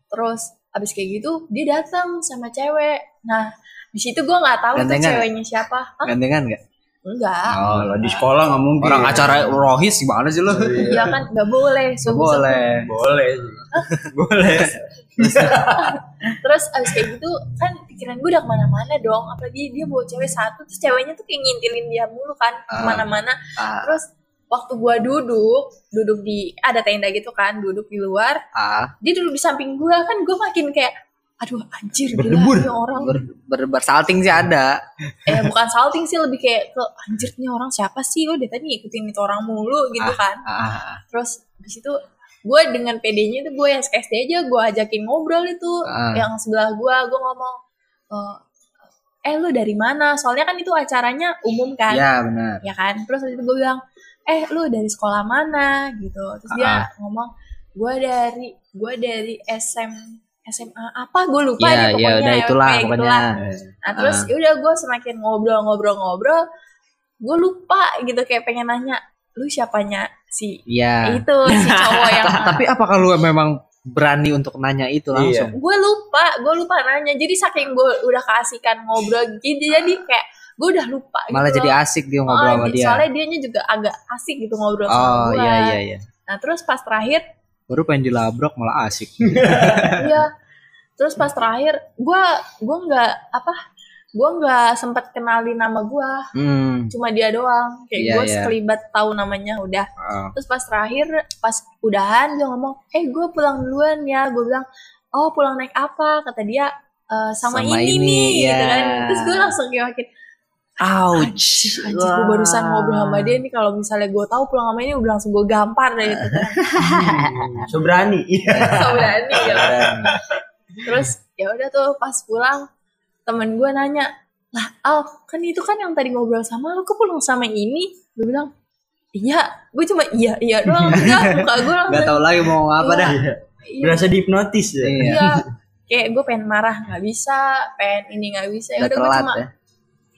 [SPEAKER 1] terus abis kayak gitu dia datang sama cewek nah di situ gue nggak tahu tuh
[SPEAKER 2] Gantengan ya?
[SPEAKER 1] ceweknya siapa Hah?
[SPEAKER 2] gandengan enggak?
[SPEAKER 1] enggak
[SPEAKER 3] Oh, kalau di sekolah nggak mungkin.
[SPEAKER 2] Ah. Orang acara rohis gimana sih lu?
[SPEAKER 1] Iya kan nggak boleh
[SPEAKER 2] Nggak
[SPEAKER 1] subuh
[SPEAKER 2] Oh, boleh.
[SPEAKER 3] boleh sih. boleh.
[SPEAKER 1] Terus abis kayak gitu kan pikiran gue udah kemana-mana dong Apalagi dia bawa cewek satu Terus ceweknya tuh kayak ngintilin dia mulu kan
[SPEAKER 2] Ah.
[SPEAKER 1] Kemana-mana
[SPEAKER 2] Ah,
[SPEAKER 1] Terus waktu gue duduk Duduk di ada tenda gitu kan Duduk di luar
[SPEAKER 2] ah,
[SPEAKER 1] Dia duduk di samping gue kan Gue makin kayak Aduh anjir gila
[SPEAKER 3] Berdebur.
[SPEAKER 1] ini orang
[SPEAKER 2] ber, ber- bersalting sih ada.
[SPEAKER 1] Eh bukan salting sih lebih kayak ke Anjirnya orang siapa sih Gue dari tadi ngikutin itu orang mulu gitu kan
[SPEAKER 2] Ah,
[SPEAKER 1] Terus di situ gue dengan PD-nya itu gue SKSD aja gue ajakin ngobrol itu
[SPEAKER 2] Ah.
[SPEAKER 1] yang sebelah gue gue ngomong "Eh, eh lu dari mana soalnya kan itu acaranya umum kan
[SPEAKER 2] iya benar.
[SPEAKER 1] ya kan terus waktu itu gue bilang eh lu dari sekolah mana gitu terus
[SPEAKER 2] Ah,
[SPEAKER 1] dia ngomong gue dari gue dari SM SMA apa gue lupa
[SPEAKER 2] Iya,
[SPEAKER 1] deh
[SPEAKER 2] iya
[SPEAKER 1] pokoknya
[SPEAKER 2] udah
[SPEAKER 1] FP
[SPEAKER 2] itulah
[SPEAKER 1] gitulah.
[SPEAKER 2] pokoknya.
[SPEAKER 1] Nah terus
[SPEAKER 2] Ah.
[SPEAKER 1] yaudah gue semakin ngobrol-ngobrol-ngobrol, gue lupa gitu kayak pengen nanya, lu siapanya si
[SPEAKER 2] Iya.
[SPEAKER 1] itu si cowok yang
[SPEAKER 2] Ta- Tapi apakah lu memang berani untuk nanya itu langsung?
[SPEAKER 1] gue lupa gue lupa nanya jadi saking gue udah keasikan ngobrol gitu jadi kayak gue udah lupa gitu
[SPEAKER 2] Malah
[SPEAKER 1] loh.
[SPEAKER 2] jadi asik dia
[SPEAKER 1] Oh,
[SPEAKER 2] ngobrol sama
[SPEAKER 1] di-
[SPEAKER 2] dia.
[SPEAKER 1] soalnya dianya juga agak asik gitu ngobrol sama
[SPEAKER 2] Oh
[SPEAKER 1] gue
[SPEAKER 2] iya iya iya.
[SPEAKER 1] nah terus pas terakhir
[SPEAKER 2] Baru pengen dilabrak malah asik.
[SPEAKER 1] Iya. Terus pas terakhir, gue gua nggak apa? Gue nggak sempet kenalin nama gue,
[SPEAKER 2] hmm.
[SPEAKER 1] cuma dia doang. Kayak
[SPEAKER 2] Iya,
[SPEAKER 1] gue
[SPEAKER 2] iya.
[SPEAKER 1] sekelibat tahu namanya udah.
[SPEAKER 2] Ah.
[SPEAKER 1] Terus pas terakhir, pas udahan dia ngomong, eh gue pulang duluan ya. Gue bilang, oh pulang naik apa? Kata dia, "Eh, sama,
[SPEAKER 2] Sama
[SPEAKER 1] ini,
[SPEAKER 2] ini,
[SPEAKER 1] nih, gitu
[SPEAKER 2] iya.
[SPEAKER 1] kan. Terus gue langsung kayak makin,
[SPEAKER 2] Ouch.
[SPEAKER 1] anjir gue barusan ngobrol sama dia nih. Kalau misalnya gue tahu pulang sama ini, udah langsung gue gampar deh gitu kan.
[SPEAKER 3] So berani.
[SPEAKER 1] So berani
[SPEAKER 2] Iya,
[SPEAKER 1] ya.
[SPEAKER 2] Berani.
[SPEAKER 1] Terus ya udah tuh pas pulang temen gue nanya lah Al kan itu kan yang tadi ngobrol sama lu kok pulang sama ini gue bilang iya gue cuma iya iya doang enggak muka gue
[SPEAKER 2] Gak
[SPEAKER 1] langsung
[SPEAKER 2] tau lagi mau ngapa dah.
[SPEAKER 1] iya,
[SPEAKER 3] Berasa dihipnotis ya.
[SPEAKER 2] Iya.
[SPEAKER 1] iya. kayak gue pengen marah nggak bisa pengen ini nggak bisa ya
[SPEAKER 2] Udah
[SPEAKER 1] udah gue
[SPEAKER 2] telat
[SPEAKER 1] cuma
[SPEAKER 2] ya.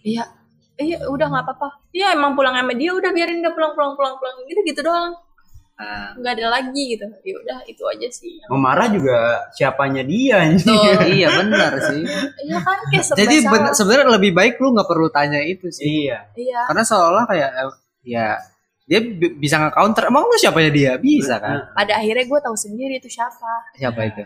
[SPEAKER 1] iya iya udah nggak apa-apa iya emang pulang sama dia udah biarin dia pulang pulang pulang pulang gitu gitu doang
[SPEAKER 2] Ah.
[SPEAKER 1] nggak ada lagi gitu ya udah itu aja sih
[SPEAKER 3] Mau marah juga siapanya dia anjing.
[SPEAKER 2] iya benar sih.
[SPEAKER 1] iya kan kayak serba
[SPEAKER 2] Jadi
[SPEAKER 1] salah.
[SPEAKER 2] bener- Ah. sebenarnya lebih baik lu nggak perlu tanya itu sih.
[SPEAKER 3] Iya.
[SPEAKER 1] iya
[SPEAKER 2] Karena seolah kayak eh, ya dia bi- bisa nge-counter. Emang lu siapanya dia? Bisa kan?
[SPEAKER 1] pada akhirnya gue tahu sendiri itu siapa
[SPEAKER 2] Siapa itu?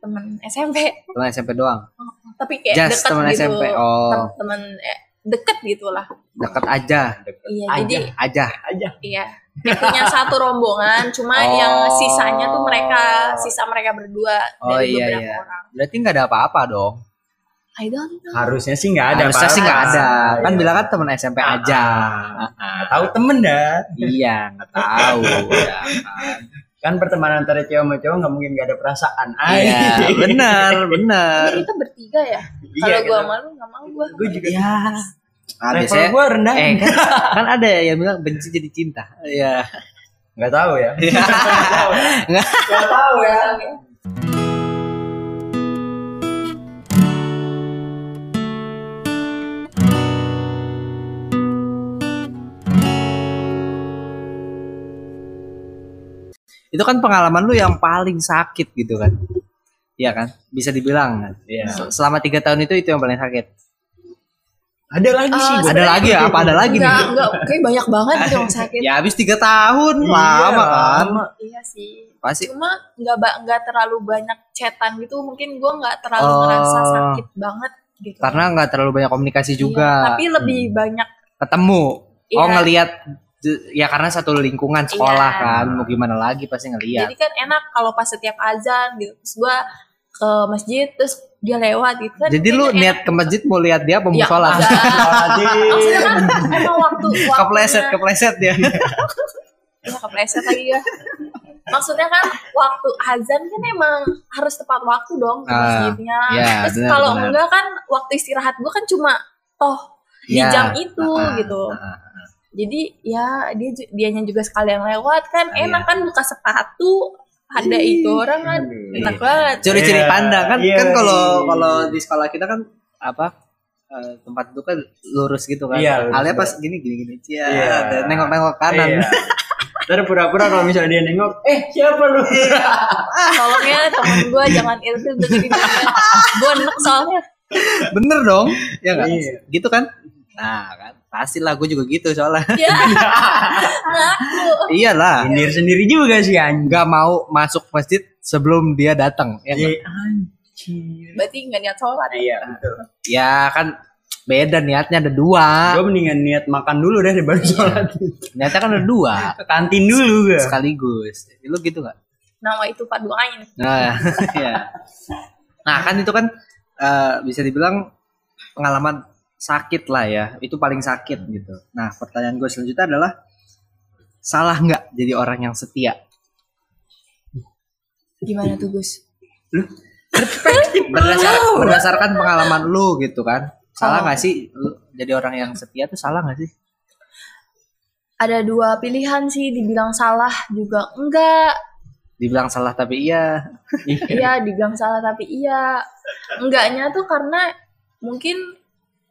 [SPEAKER 1] temen SMP
[SPEAKER 2] Teman SMP doang.
[SPEAKER 1] tapi kayak deket
[SPEAKER 2] Just teman
[SPEAKER 1] gitu
[SPEAKER 2] SMP. Oh,
[SPEAKER 1] Tem- temen eh, deket gitu lah
[SPEAKER 2] deket aja.
[SPEAKER 1] iya
[SPEAKER 3] Aja.
[SPEAKER 1] jadi
[SPEAKER 2] Aja.
[SPEAKER 3] Aja.
[SPEAKER 1] iya Kayak punya satu rombongan cuma
[SPEAKER 2] Oh.
[SPEAKER 1] yang sisanya tuh mereka sisa mereka berdua
[SPEAKER 2] Oh,
[SPEAKER 1] dari
[SPEAKER 2] iya,
[SPEAKER 1] beberapa
[SPEAKER 2] iya.
[SPEAKER 1] orang
[SPEAKER 2] Berarti nggak ada apa-apa dong.
[SPEAKER 1] I don't know
[SPEAKER 3] Harusnya sih nggak ada.
[SPEAKER 2] Harusnya sih nggak ada.
[SPEAKER 3] Iya. ah.
[SPEAKER 2] Kan bilang kan teman SMP aja.
[SPEAKER 3] Nggak Tahu temen dah.
[SPEAKER 2] iya, nggak tahu. ya kan.
[SPEAKER 3] Kan pertemanan antara cewek sama cowok nggak mungkin nggak ada perasaan. Ay.
[SPEAKER 2] Iya, benar, benar.
[SPEAKER 1] Jadi kita bertiga ya
[SPEAKER 3] Iya,
[SPEAKER 1] kalau gue
[SPEAKER 3] kita-
[SPEAKER 1] malu nggak mau gue
[SPEAKER 3] Gue juga.
[SPEAKER 2] Ya. Nah,
[SPEAKER 3] Level
[SPEAKER 2] biasanya,
[SPEAKER 3] gue rendah.
[SPEAKER 2] eh, kan, kan ada ya yang bilang benci jadi cinta. Iya.
[SPEAKER 3] Nggak tahu ya.
[SPEAKER 2] Nggak.
[SPEAKER 3] Nggak tahu ya.
[SPEAKER 2] Itu kan pengalaman lu yang paling sakit gitu kan. Iya kan? Bisa dibilang kan.
[SPEAKER 3] Iya.
[SPEAKER 2] Sel- Selama tiga tahun itu itu yang paling sakit.
[SPEAKER 3] Ada lagi sih.
[SPEAKER 1] Eh,
[SPEAKER 3] gua.
[SPEAKER 2] Ada lagi ya? Apa ada lagi nih?
[SPEAKER 1] nggak nggak kayak banyak banget gitu yang sakit
[SPEAKER 2] Ya habis tiga tahun
[SPEAKER 3] Iya,
[SPEAKER 2] lama kan.
[SPEAKER 3] lama.
[SPEAKER 1] iya sih
[SPEAKER 2] Pasti
[SPEAKER 1] cuma nggak ba- nggak terlalu banyak cetan gitu mungkin gue nggak terlalu
[SPEAKER 2] Oh.
[SPEAKER 1] ngerasa sakit banget gitu
[SPEAKER 2] karena nggak terlalu banyak komunikasi
[SPEAKER 1] Iya,
[SPEAKER 2] juga. Hmm.
[SPEAKER 1] tapi lebih banyak
[SPEAKER 2] ketemu.
[SPEAKER 1] Iya.
[SPEAKER 2] Oh ngelihat ya karena satu lingkungan sekolah
[SPEAKER 1] Iya.
[SPEAKER 2] kan mau gimana lagi pasti ngelihat.
[SPEAKER 1] Jadi kan enak kalau pas setiap azan gitu. Terus gua ke masjid terus dia lewat gitu kan.
[SPEAKER 2] Jadi, lu
[SPEAKER 1] kayaknya
[SPEAKER 2] niat ke masjid mau lihat dia apa mau
[SPEAKER 1] Ya,
[SPEAKER 2] sholat?
[SPEAKER 1] enggak.
[SPEAKER 3] Lagi.
[SPEAKER 1] Maksudnya kan emang waktu waktunya.
[SPEAKER 2] Kepleset, kepleset ya.
[SPEAKER 1] Iya, kepleset lagi ya. Maksudnya kan waktu azan kan emang harus tepat waktu dong ke
[SPEAKER 2] Ah,
[SPEAKER 1] masjidnya.
[SPEAKER 2] iya,
[SPEAKER 1] terus
[SPEAKER 2] benar,
[SPEAKER 1] kalau
[SPEAKER 2] benar.
[SPEAKER 1] enggak kan waktu istirahat gua kan cuma toh di
[SPEAKER 2] Iya.
[SPEAKER 1] jam itu
[SPEAKER 2] Ah,
[SPEAKER 1] gitu.
[SPEAKER 2] ah.
[SPEAKER 1] Jadi ya dia ju- dianya juga sekalian lewat kan
[SPEAKER 2] Ah,
[SPEAKER 1] enak kan buka sepatu ada itu orang kan enak banget.
[SPEAKER 2] Curi-curi
[SPEAKER 3] Iya.
[SPEAKER 2] pandang kan
[SPEAKER 3] Iya.
[SPEAKER 2] kan kalau kalau di sekolah kita kan apa eh, tempat itu kan lurus gitu kan.
[SPEAKER 3] Iya, lurus.
[SPEAKER 2] Alia pas gini gini gini cia,
[SPEAKER 3] Iya.
[SPEAKER 2] ada nengok-nengok kanan.
[SPEAKER 3] Iya. Ntar pura-pura kalau misalnya dia nengok, eh siapa lu?
[SPEAKER 1] Tolongnya temen gue jangan ilfil udah jadi Gue enek soalnya
[SPEAKER 2] Bener dong? Ya enggak?
[SPEAKER 3] Iya.
[SPEAKER 2] Gitu kan? Nah, kan pastilah gue juga gitu soalnya.
[SPEAKER 1] Ya Ngaku
[SPEAKER 2] Iyalah.
[SPEAKER 3] Sindir sendiri juga sih anjing.
[SPEAKER 2] nggak mau masuk masjid sebelum dia datang ya, nggak?
[SPEAKER 3] Iya, anjir.
[SPEAKER 1] Berarti gak niat sholat
[SPEAKER 3] Iya, betul.
[SPEAKER 2] Ya kan beda niatnya ada dua
[SPEAKER 3] Gue mendingan niat makan dulu deh daripada sholat.
[SPEAKER 2] niatnya kan ada dua
[SPEAKER 3] Ke kantin dulu gue.
[SPEAKER 2] sekaligus lu gitu nggak
[SPEAKER 1] Nama itu paduain
[SPEAKER 2] nah ya nah kan itu kan eh, bisa dibilang pengalaman sakit lah ya itu paling sakit gitu nah pertanyaan gue selanjutnya adalah salah nggak jadi orang yang setia
[SPEAKER 1] Gimana tuh Gus?
[SPEAKER 2] Berdasar- berdasarkan pengalaman lu gitu kan salah
[SPEAKER 1] Oh.
[SPEAKER 2] nggak sih lu jadi orang yang setia tuh salah nggak sih
[SPEAKER 1] Ada dua pilihan sih Dibilang salah juga enggak
[SPEAKER 2] dibilang salah tapi iya
[SPEAKER 1] Iya dibilang salah tapi iya Enggaknya tuh karena Mungkin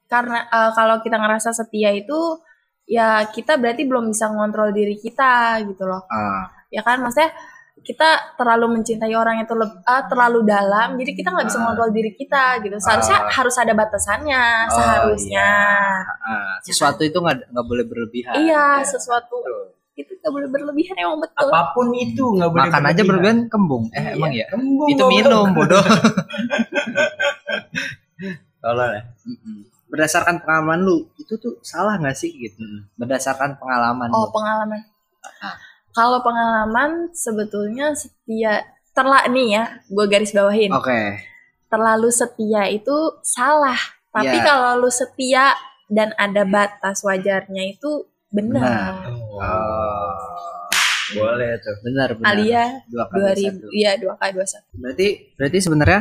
[SPEAKER 1] karena eh, kalau kita ngerasa setia itu ya kita berarti belum bisa ngontrol diri kita gitu loh
[SPEAKER 2] Ah,
[SPEAKER 1] ya kan maksudnya kita terlalu mencintai orang itu leb- ah, terlalu dalam jadi kita nggak bisa
[SPEAKER 2] Ah.
[SPEAKER 1] ngontrol diri kita gitu seharusnya
[SPEAKER 2] Ah.
[SPEAKER 1] harus ada batasannya
[SPEAKER 2] Oh,
[SPEAKER 1] seharusnya
[SPEAKER 2] ah, sesuatu itu nggak nggak boleh berlebihan.
[SPEAKER 1] iya
[SPEAKER 2] Ya.
[SPEAKER 1] sesuatu itu nggak boleh berlebihan emang betul
[SPEAKER 3] Apapun itu nggak boleh
[SPEAKER 2] Makan aja berlebihan kembung. Eh
[SPEAKER 1] Iya.
[SPEAKER 2] emang ya.
[SPEAKER 3] Kembung,
[SPEAKER 2] Itu
[SPEAKER 3] goblok.
[SPEAKER 2] minum bodoh.
[SPEAKER 3] Tolol ya.
[SPEAKER 2] Mm-mm. Berdasarkan pengalaman lu, itu tuh salah nggak sih gitu? Berdasarkan pengalaman.
[SPEAKER 1] oh
[SPEAKER 2] lu.
[SPEAKER 1] pengalaman
[SPEAKER 2] Ah.
[SPEAKER 1] kalau pengalaman sebetulnya setia terla nih ya gue garis bawahin
[SPEAKER 2] Oke.
[SPEAKER 1] terlalu setia itu salah. Tapi
[SPEAKER 2] Iya.
[SPEAKER 1] kalau lu setia dan ada batas wajarnya itu benar.
[SPEAKER 2] Oh.
[SPEAKER 3] Boleh tuh.
[SPEAKER 2] Eh, Benar benar.
[SPEAKER 1] Alia
[SPEAKER 2] dua
[SPEAKER 1] 2000
[SPEAKER 2] kali satu.
[SPEAKER 1] iya 2K21.
[SPEAKER 2] Berarti berarti sebenarnya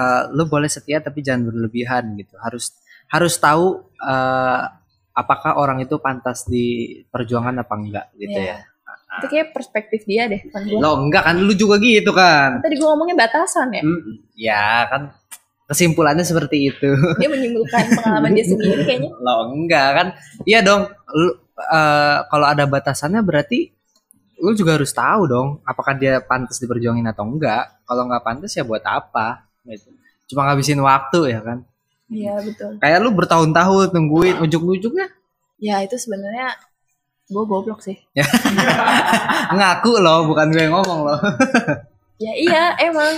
[SPEAKER 2] eh, lu boleh setia tapi jangan berlebihan gitu. Harus harus tahu eh, apakah orang itu pantas di perjuangan apa enggak gitu
[SPEAKER 1] Iya.
[SPEAKER 2] ya.
[SPEAKER 1] Itu kayak perspektif dia deh kan gua.
[SPEAKER 2] Lo enggak kan lu juga gitu kan.
[SPEAKER 1] Tadi gua ngomongnya batasan ya.
[SPEAKER 2] Mm, Ya kan kesimpulannya seperti itu.
[SPEAKER 1] Dia menyimpulkan pengalaman dia sendiri kayaknya.
[SPEAKER 2] Lo enggak kan? Iya dong. Lu eh, kalau ada batasannya berarti lu juga harus tahu dong apakah dia pantas diperjuangin atau enggak. Kalau enggak pantas ya buat apa gitu. Cuma ngabisin waktu ya kan.
[SPEAKER 1] Iya, betul.
[SPEAKER 2] Kayak lu bertahun-tahun nungguin ujung-ujungnya
[SPEAKER 1] Ya, itu sebenarnya gua goblok sih.
[SPEAKER 2] ngaku loh, bukan gue yang ngomong loh.
[SPEAKER 1] Ya iya, emang.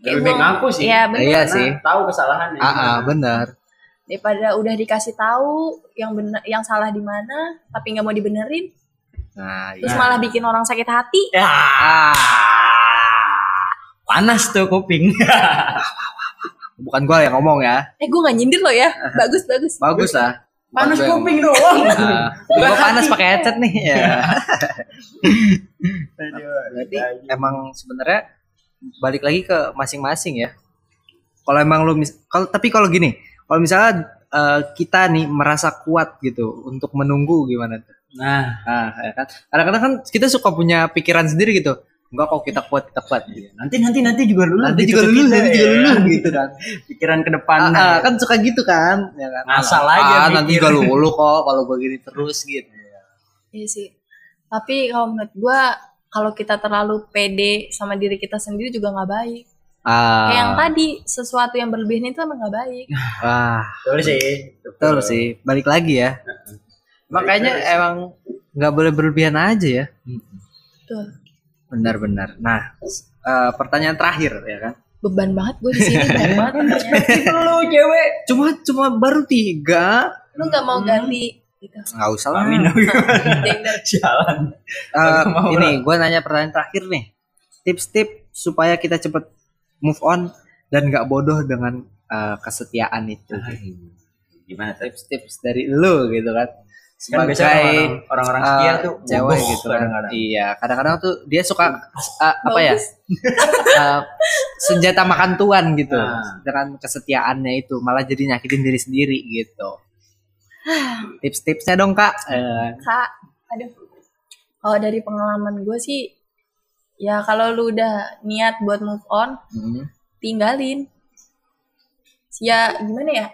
[SPEAKER 3] Lebih baik
[SPEAKER 1] gua-
[SPEAKER 3] ngaku sih.
[SPEAKER 1] Iya,
[SPEAKER 2] Nah, iya
[SPEAKER 1] benar.
[SPEAKER 2] sih.
[SPEAKER 3] Tahu kesalahannya.
[SPEAKER 2] Ah, ah, benar.
[SPEAKER 1] Daripada udah dikasih tahu yang benar yang salah di mana, tapi nggak mau dibenerin,
[SPEAKER 2] Nah,
[SPEAKER 1] terus
[SPEAKER 2] iya. Ah.
[SPEAKER 1] malah bikin orang sakit hati.
[SPEAKER 3] Ya. Panas tuh kuping.
[SPEAKER 2] bukan gue yang ngomong ya.
[SPEAKER 1] Eh gue gak nyindir lo ya Bagus bagus
[SPEAKER 2] Bagus lah.
[SPEAKER 3] Panas
[SPEAKER 2] Bukan gue
[SPEAKER 3] kuping doang.
[SPEAKER 2] yang- Ah, gue panas pakai headset nih. Ya. Berarti emang sebenarnya balik lagi ke masing-masing ya. Kalau emang lu mis- kalau tapi kalau gini, kalau misalnya eh, kita nih merasa kuat gitu untuk menunggu gimana tuh?
[SPEAKER 3] Nah,
[SPEAKER 2] Ah, ya kan. Kadang-kadang kan kita suka punya pikiran sendiri gitu. Enggak kok kita kuat, kita kuat. Gitu.
[SPEAKER 3] nanti nanti nanti juga lulus.
[SPEAKER 2] Nanti
[SPEAKER 3] gitu
[SPEAKER 2] juga
[SPEAKER 3] ke
[SPEAKER 2] lulus,
[SPEAKER 3] kita,
[SPEAKER 2] nanti juga
[SPEAKER 3] ya.
[SPEAKER 2] lulus gitu kan.
[SPEAKER 3] Pikiran ke depan. nah,
[SPEAKER 2] Ah, ah, kan suka gitu kan, ya kan?
[SPEAKER 3] Ngasal
[SPEAKER 2] Ah,
[SPEAKER 3] aja
[SPEAKER 2] ah, nanti
[SPEAKER 3] mikir.
[SPEAKER 2] juga lu lu kok kalau gue gini terus gitu.
[SPEAKER 1] Iya sih Tapi kalau menurut gue Kalau kita terlalu pede sama diri kita sendiri juga gak baik
[SPEAKER 2] Ah,
[SPEAKER 1] Kayak yang tadi Sesuatu yang berlebihan itu emang gak baik
[SPEAKER 2] wah,
[SPEAKER 3] Betul sih.
[SPEAKER 2] betul sih. Balik lagi ya. Makanya emang nggak boleh berlebihan aja ya.
[SPEAKER 1] Tuh
[SPEAKER 2] Benar-benar. Nah, eh, pertanyaan terakhir ya kan.
[SPEAKER 1] Beban banget gue di sini Banyak banget pertanyaan.
[SPEAKER 3] Lu cewek.
[SPEAKER 2] Cuma cuma baru tiga.
[SPEAKER 1] Lu gak mau
[SPEAKER 2] Hmm.
[SPEAKER 1] ganti gitu.
[SPEAKER 2] Nggak usah lah.
[SPEAKER 3] Amin.
[SPEAKER 1] Dender.
[SPEAKER 3] Sialan.
[SPEAKER 2] Eh,
[SPEAKER 3] Mau
[SPEAKER 2] ini gue nanya pertanyaan terakhir nih. Tips-tips supaya kita cepet move on dan nggak bodoh dengan eh, kesetiaan itu. Gitu.
[SPEAKER 3] Gimana tuh?
[SPEAKER 2] Nah, tips-tips dari lu gitu kan sebagai
[SPEAKER 3] Kan biasanya orang- orang-orang setia
[SPEAKER 2] eh,
[SPEAKER 3] tuh
[SPEAKER 2] cewek
[SPEAKER 3] bodoh
[SPEAKER 2] gitu kan
[SPEAKER 3] kadang-kadang.
[SPEAKER 2] iya kadang-kadang tuh dia suka eh, apa ya
[SPEAKER 1] Bagus.
[SPEAKER 2] eh, senjata makan tuan gitu
[SPEAKER 3] Nah.
[SPEAKER 2] dengan kesetiaannya itu malah jadi nyakitin diri sendiri gitu tips-tipsnya dong kak Eh,
[SPEAKER 1] Kak Aduh Kalau dari pengalaman gue sih Ya kalau lu udah niat buat move on
[SPEAKER 2] mm,
[SPEAKER 1] tinggalin. Ya gimana ya?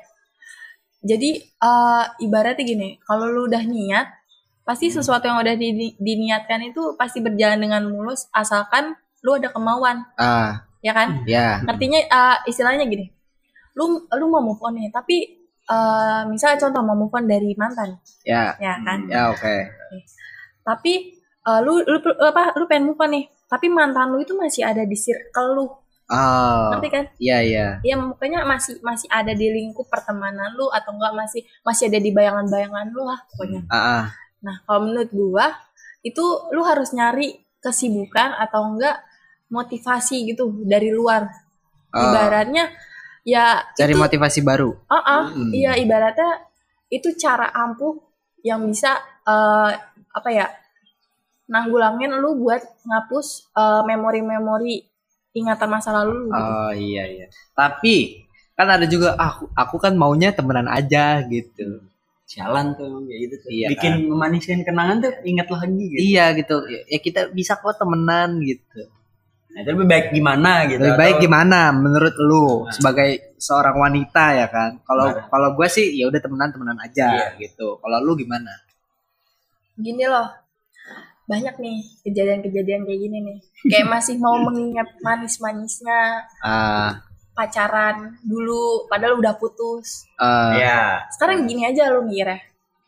[SPEAKER 1] Jadi eh, ibaratnya gini, kalau lu udah niat, pasti
[SPEAKER 2] Hmm.
[SPEAKER 1] sesuatu yang udah di- diniatkan itu pasti berjalan dengan mulus asalkan lu ada kemauan,
[SPEAKER 2] ah
[SPEAKER 1] ya kan?
[SPEAKER 2] ya
[SPEAKER 1] Artinya eh, istilahnya gini, lu lu mau move on nih, tapi eh, misalnya contoh mau move on dari mantan,
[SPEAKER 2] ya
[SPEAKER 1] ya kan?
[SPEAKER 2] ya oke
[SPEAKER 1] Tapi eh, lu, lu lu- apa lu pengen move on nih, tapi mantan lu itu masih ada di circle lu,
[SPEAKER 2] oh
[SPEAKER 1] ngerti kan?
[SPEAKER 2] iya iya
[SPEAKER 1] ya pokoknya masih masih ada di lingkup pertemanan lu atau enggak masih masih ada di bayangan-bayangan lu lah pokoknya.
[SPEAKER 2] ah ah.
[SPEAKER 1] Nah, kalau menurut gua itu lu harus nyari kesibukan atau enggak motivasi gitu dari luar.
[SPEAKER 2] Oh,
[SPEAKER 1] Ibaratnya ya
[SPEAKER 2] cari
[SPEAKER 1] itu
[SPEAKER 2] motivasi baru
[SPEAKER 1] oh, oh,
[SPEAKER 2] Hmm.
[SPEAKER 1] iya ibaratnya itu cara ampuh yang bisa eh, apa ya? nanggulangin lu buat ngapus eh, memori-memori ingatan masa lalu lu. gitu.
[SPEAKER 2] Oh iya iya. Tapi kan ada juga aku aku kan maunya temenan aja gitu.
[SPEAKER 3] Sialan tuh. Ya itu tuh.
[SPEAKER 2] Iya,
[SPEAKER 3] Bikin memaniskan kenangan tuh ingat lagi gitu.
[SPEAKER 2] Iya gitu. Ya ya kita bisa kok temenan gitu.
[SPEAKER 3] Nah, itu lebih baik gimana gitu.
[SPEAKER 2] Lebih baik
[SPEAKER 3] atau-
[SPEAKER 2] gimana menurut lu sebagai seorang wanita ya kan. Kalau
[SPEAKER 3] Benar.
[SPEAKER 2] kalau gue sih ya udah temenan temenan
[SPEAKER 3] Iya.
[SPEAKER 2] aja gitu. Kalau lu gimana?
[SPEAKER 1] gini loh banyak nih kejadian-kejadian kayak gini nih kayak masih mau mengingat manis-manisnya
[SPEAKER 2] Ah,
[SPEAKER 1] pacaran dulu padahal udah putus
[SPEAKER 2] ah,
[SPEAKER 3] Iya.
[SPEAKER 1] sekarang gini aja lu mikirnya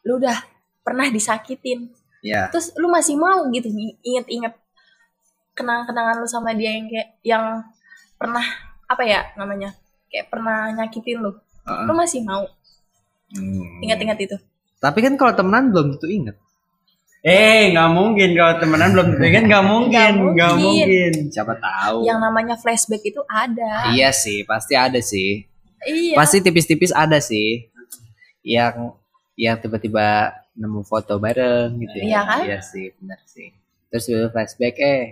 [SPEAKER 1] lu udah pernah disakitin
[SPEAKER 2] ya.
[SPEAKER 1] terus lu masih mau gitu inget-inget kenang-kenangan lu sama dia yang kayak yang pernah apa ya namanya kayak pernah nyakitin lu
[SPEAKER 2] Heeh.
[SPEAKER 1] lu masih mau
[SPEAKER 2] Hmm.
[SPEAKER 1] ingat-ingat itu
[SPEAKER 2] Tapi kan kalau temenan belum tentu inget.
[SPEAKER 3] Eh, nggak mungkin kalau temenan belum tentu kan nggak mungkin, nggak
[SPEAKER 1] mungkin.
[SPEAKER 3] mungkin.
[SPEAKER 2] Siapa tahu.
[SPEAKER 1] yang namanya flashback itu ada
[SPEAKER 2] Iya sih, pasti ada sih.
[SPEAKER 1] iya
[SPEAKER 2] Pasti tipis-tipis ada sih. Yang yang tiba-tiba nemu foto bareng gitu.
[SPEAKER 1] Iya kan?
[SPEAKER 2] Iya sih, benar sih. Terus tiba-tiba flashback eh.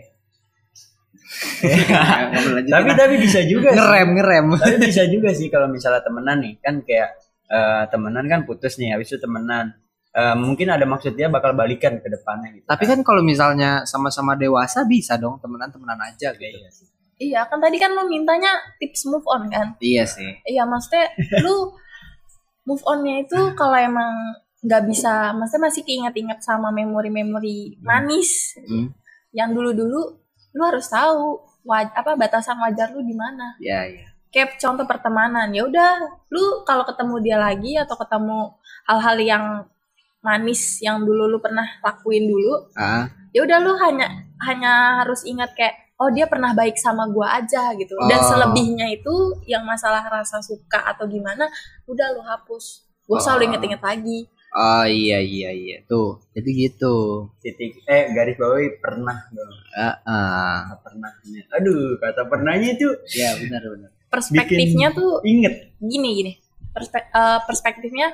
[SPEAKER 2] Nggak boleh lanjutin,
[SPEAKER 3] Tapi
[SPEAKER 2] ah.
[SPEAKER 3] tapi bisa juga. sih.
[SPEAKER 2] ngerem ngerem.
[SPEAKER 3] Tapi bisa juga sih kalau misalnya temenan nih, kan kayak eh, temenan kan putus nih, habis itu temenan. Eh, mungkin ada maksud dia bakal balikan ke depannya gitu.
[SPEAKER 2] Tapi kan kalau misalnya sama-sama dewasa bisa dong temenan-temenan aja gitu. Iya sih.
[SPEAKER 1] iya kan tadi kan lu mintanya tips move on kan iya maksudnya lu move onnya itu kalau emang nggak bisa maksudnya masih keinget-inget sama memori-memori manis
[SPEAKER 2] Hmm,
[SPEAKER 1] yang dulu-dulu lu harus tahu wa- apa batasan wajar lu di mana
[SPEAKER 2] Iya, iya.
[SPEAKER 1] kayak contoh pertemanan ya udah lu kalau ketemu dia lagi atau ketemu hal-hal yang manis yang dulu lu pernah lakuin dulu
[SPEAKER 2] Ah,
[SPEAKER 1] ya udah lu hanya hanya harus ingat kayak oh dia pernah baik sama gua aja gitu dan
[SPEAKER 2] Oh.
[SPEAKER 1] selebihnya itu yang masalah rasa suka atau gimana udah lu hapus gua
[SPEAKER 2] Oh.
[SPEAKER 1] selalu inget-inget lagi
[SPEAKER 2] oh iya iya iya. Tuh, jadi gitu.
[SPEAKER 3] titik eh garis bawahi pernah dong.
[SPEAKER 2] Ah, ah.
[SPEAKER 3] Kata pernahnya. Aduh, kata pernahnya itu
[SPEAKER 2] Iya, benar benar.
[SPEAKER 1] perspektifnya tuh
[SPEAKER 3] inget.
[SPEAKER 1] gini gini Perspe- eh, perspektifnya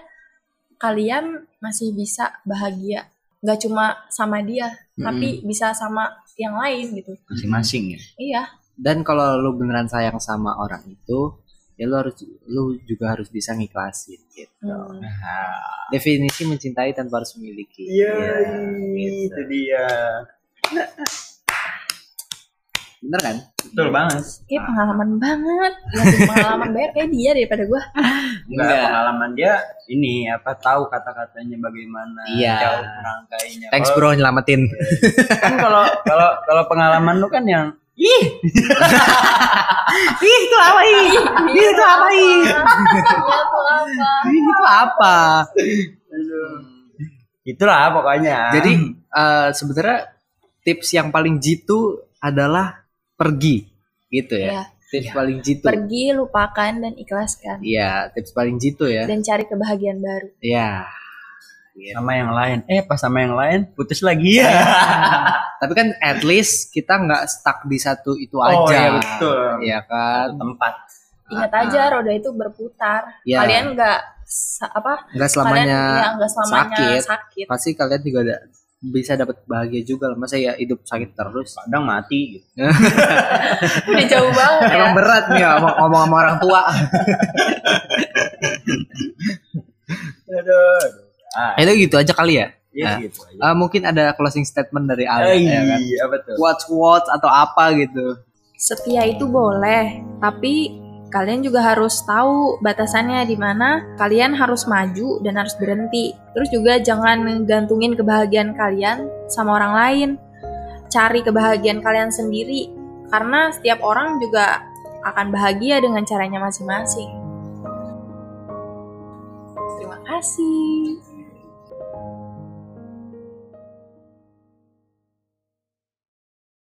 [SPEAKER 1] kalian masih bisa bahagia nggak cuma sama dia tapi bisa sama yang lain gitu
[SPEAKER 3] Masing-masing ya.
[SPEAKER 1] iya
[SPEAKER 2] dan kalau lu beneran sayang sama orang itu ya lu harus lu juga harus bisa ngiklasin gitu
[SPEAKER 1] Hmm.
[SPEAKER 2] definisi mencintai tanpa harus memiliki
[SPEAKER 3] Iya,
[SPEAKER 2] gitu.
[SPEAKER 3] itu dia.
[SPEAKER 2] bener kan
[SPEAKER 3] Betul banget.
[SPEAKER 1] kayak pengalaman banget lebih pengalaman banyak kayak dia daripada gua
[SPEAKER 3] Enggak,
[SPEAKER 2] Enggak.
[SPEAKER 3] pengalaman dia ini apa tahu kata-katanya bagaimana,
[SPEAKER 2] Iya.
[SPEAKER 3] jauh merangkainya.
[SPEAKER 2] thanks
[SPEAKER 3] Kalau-
[SPEAKER 2] bro nyelamatin
[SPEAKER 3] Kan kalau kalau kalau pengalaman lu kan yang
[SPEAKER 2] ih itu apa ih ih itu apa ih
[SPEAKER 1] Iya, tuh apa
[SPEAKER 2] Ih, itu apa
[SPEAKER 3] itulah pokoknya.
[SPEAKER 2] jadi eh, sebenarnya tips yang paling jitu adalah pergi gitu ya
[SPEAKER 1] Iya.
[SPEAKER 2] tips paling jitu
[SPEAKER 1] pergi lupakan dan ikhlaskan
[SPEAKER 2] Iya, tips paling jitu ya.
[SPEAKER 1] dan cari kebahagiaan baru
[SPEAKER 2] Iya.
[SPEAKER 3] sama yang lain. Eh, pas sama yang lain putus lagi ya.
[SPEAKER 2] Iya. Tapi kan at least kita nggak stuck di satu itu aja.
[SPEAKER 3] Oh, iya, betul.
[SPEAKER 2] Iya kan?
[SPEAKER 3] Tempat.
[SPEAKER 1] ingat
[SPEAKER 2] Ah,
[SPEAKER 1] aja roda itu berputar
[SPEAKER 2] Iya.
[SPEAKER 1] kalian nggak sa- apa
[SPEAKER 2] Nggak selamanya
[SPEAKER 1] kalian ya, nggak selamanya
[SPEAKER 2] sakit.
[SPEAKER 1] sakit,
[SPEAKER 2] pasti kalian juga ada, bisa dapat bahagia juga lah. Masa ya hidup sakit terus.
[SPEAKER 3] Kadang mati gitu.
[SPEAKER 1] udah jauh banget ya
[SPEAKER 2] Emang berat nih ya, ngomong, ngomong sama orang tua.
[SPEAKER 3] Aduh. Ah,
[SPEAKER 2] Itu gitu aja kali ya. Nah,
[SPEAKER 3] ya gitu aja. Eh, iya,
[SPEAKER 2] eh, mungkin ada closing statement dari Al
[SPEAKER 3] Ay,
[SPEAKER 2] ya kan.
[SPEAKER 3] apa tuh?
[SPEAKER 2] Watch watch atau apa gitu.
[SPEAKER 1] setia itu boleh tapi kalian juga harus tahu batasannya di mana kalian harus maju dan harus berhenti terus juga jangan menggantungin kebahagiaan kalian sama orang lain cari kebahagiaan kalian sendiri karena setiap orang juga akan bahagia dengan caranya masing-masing terima kasih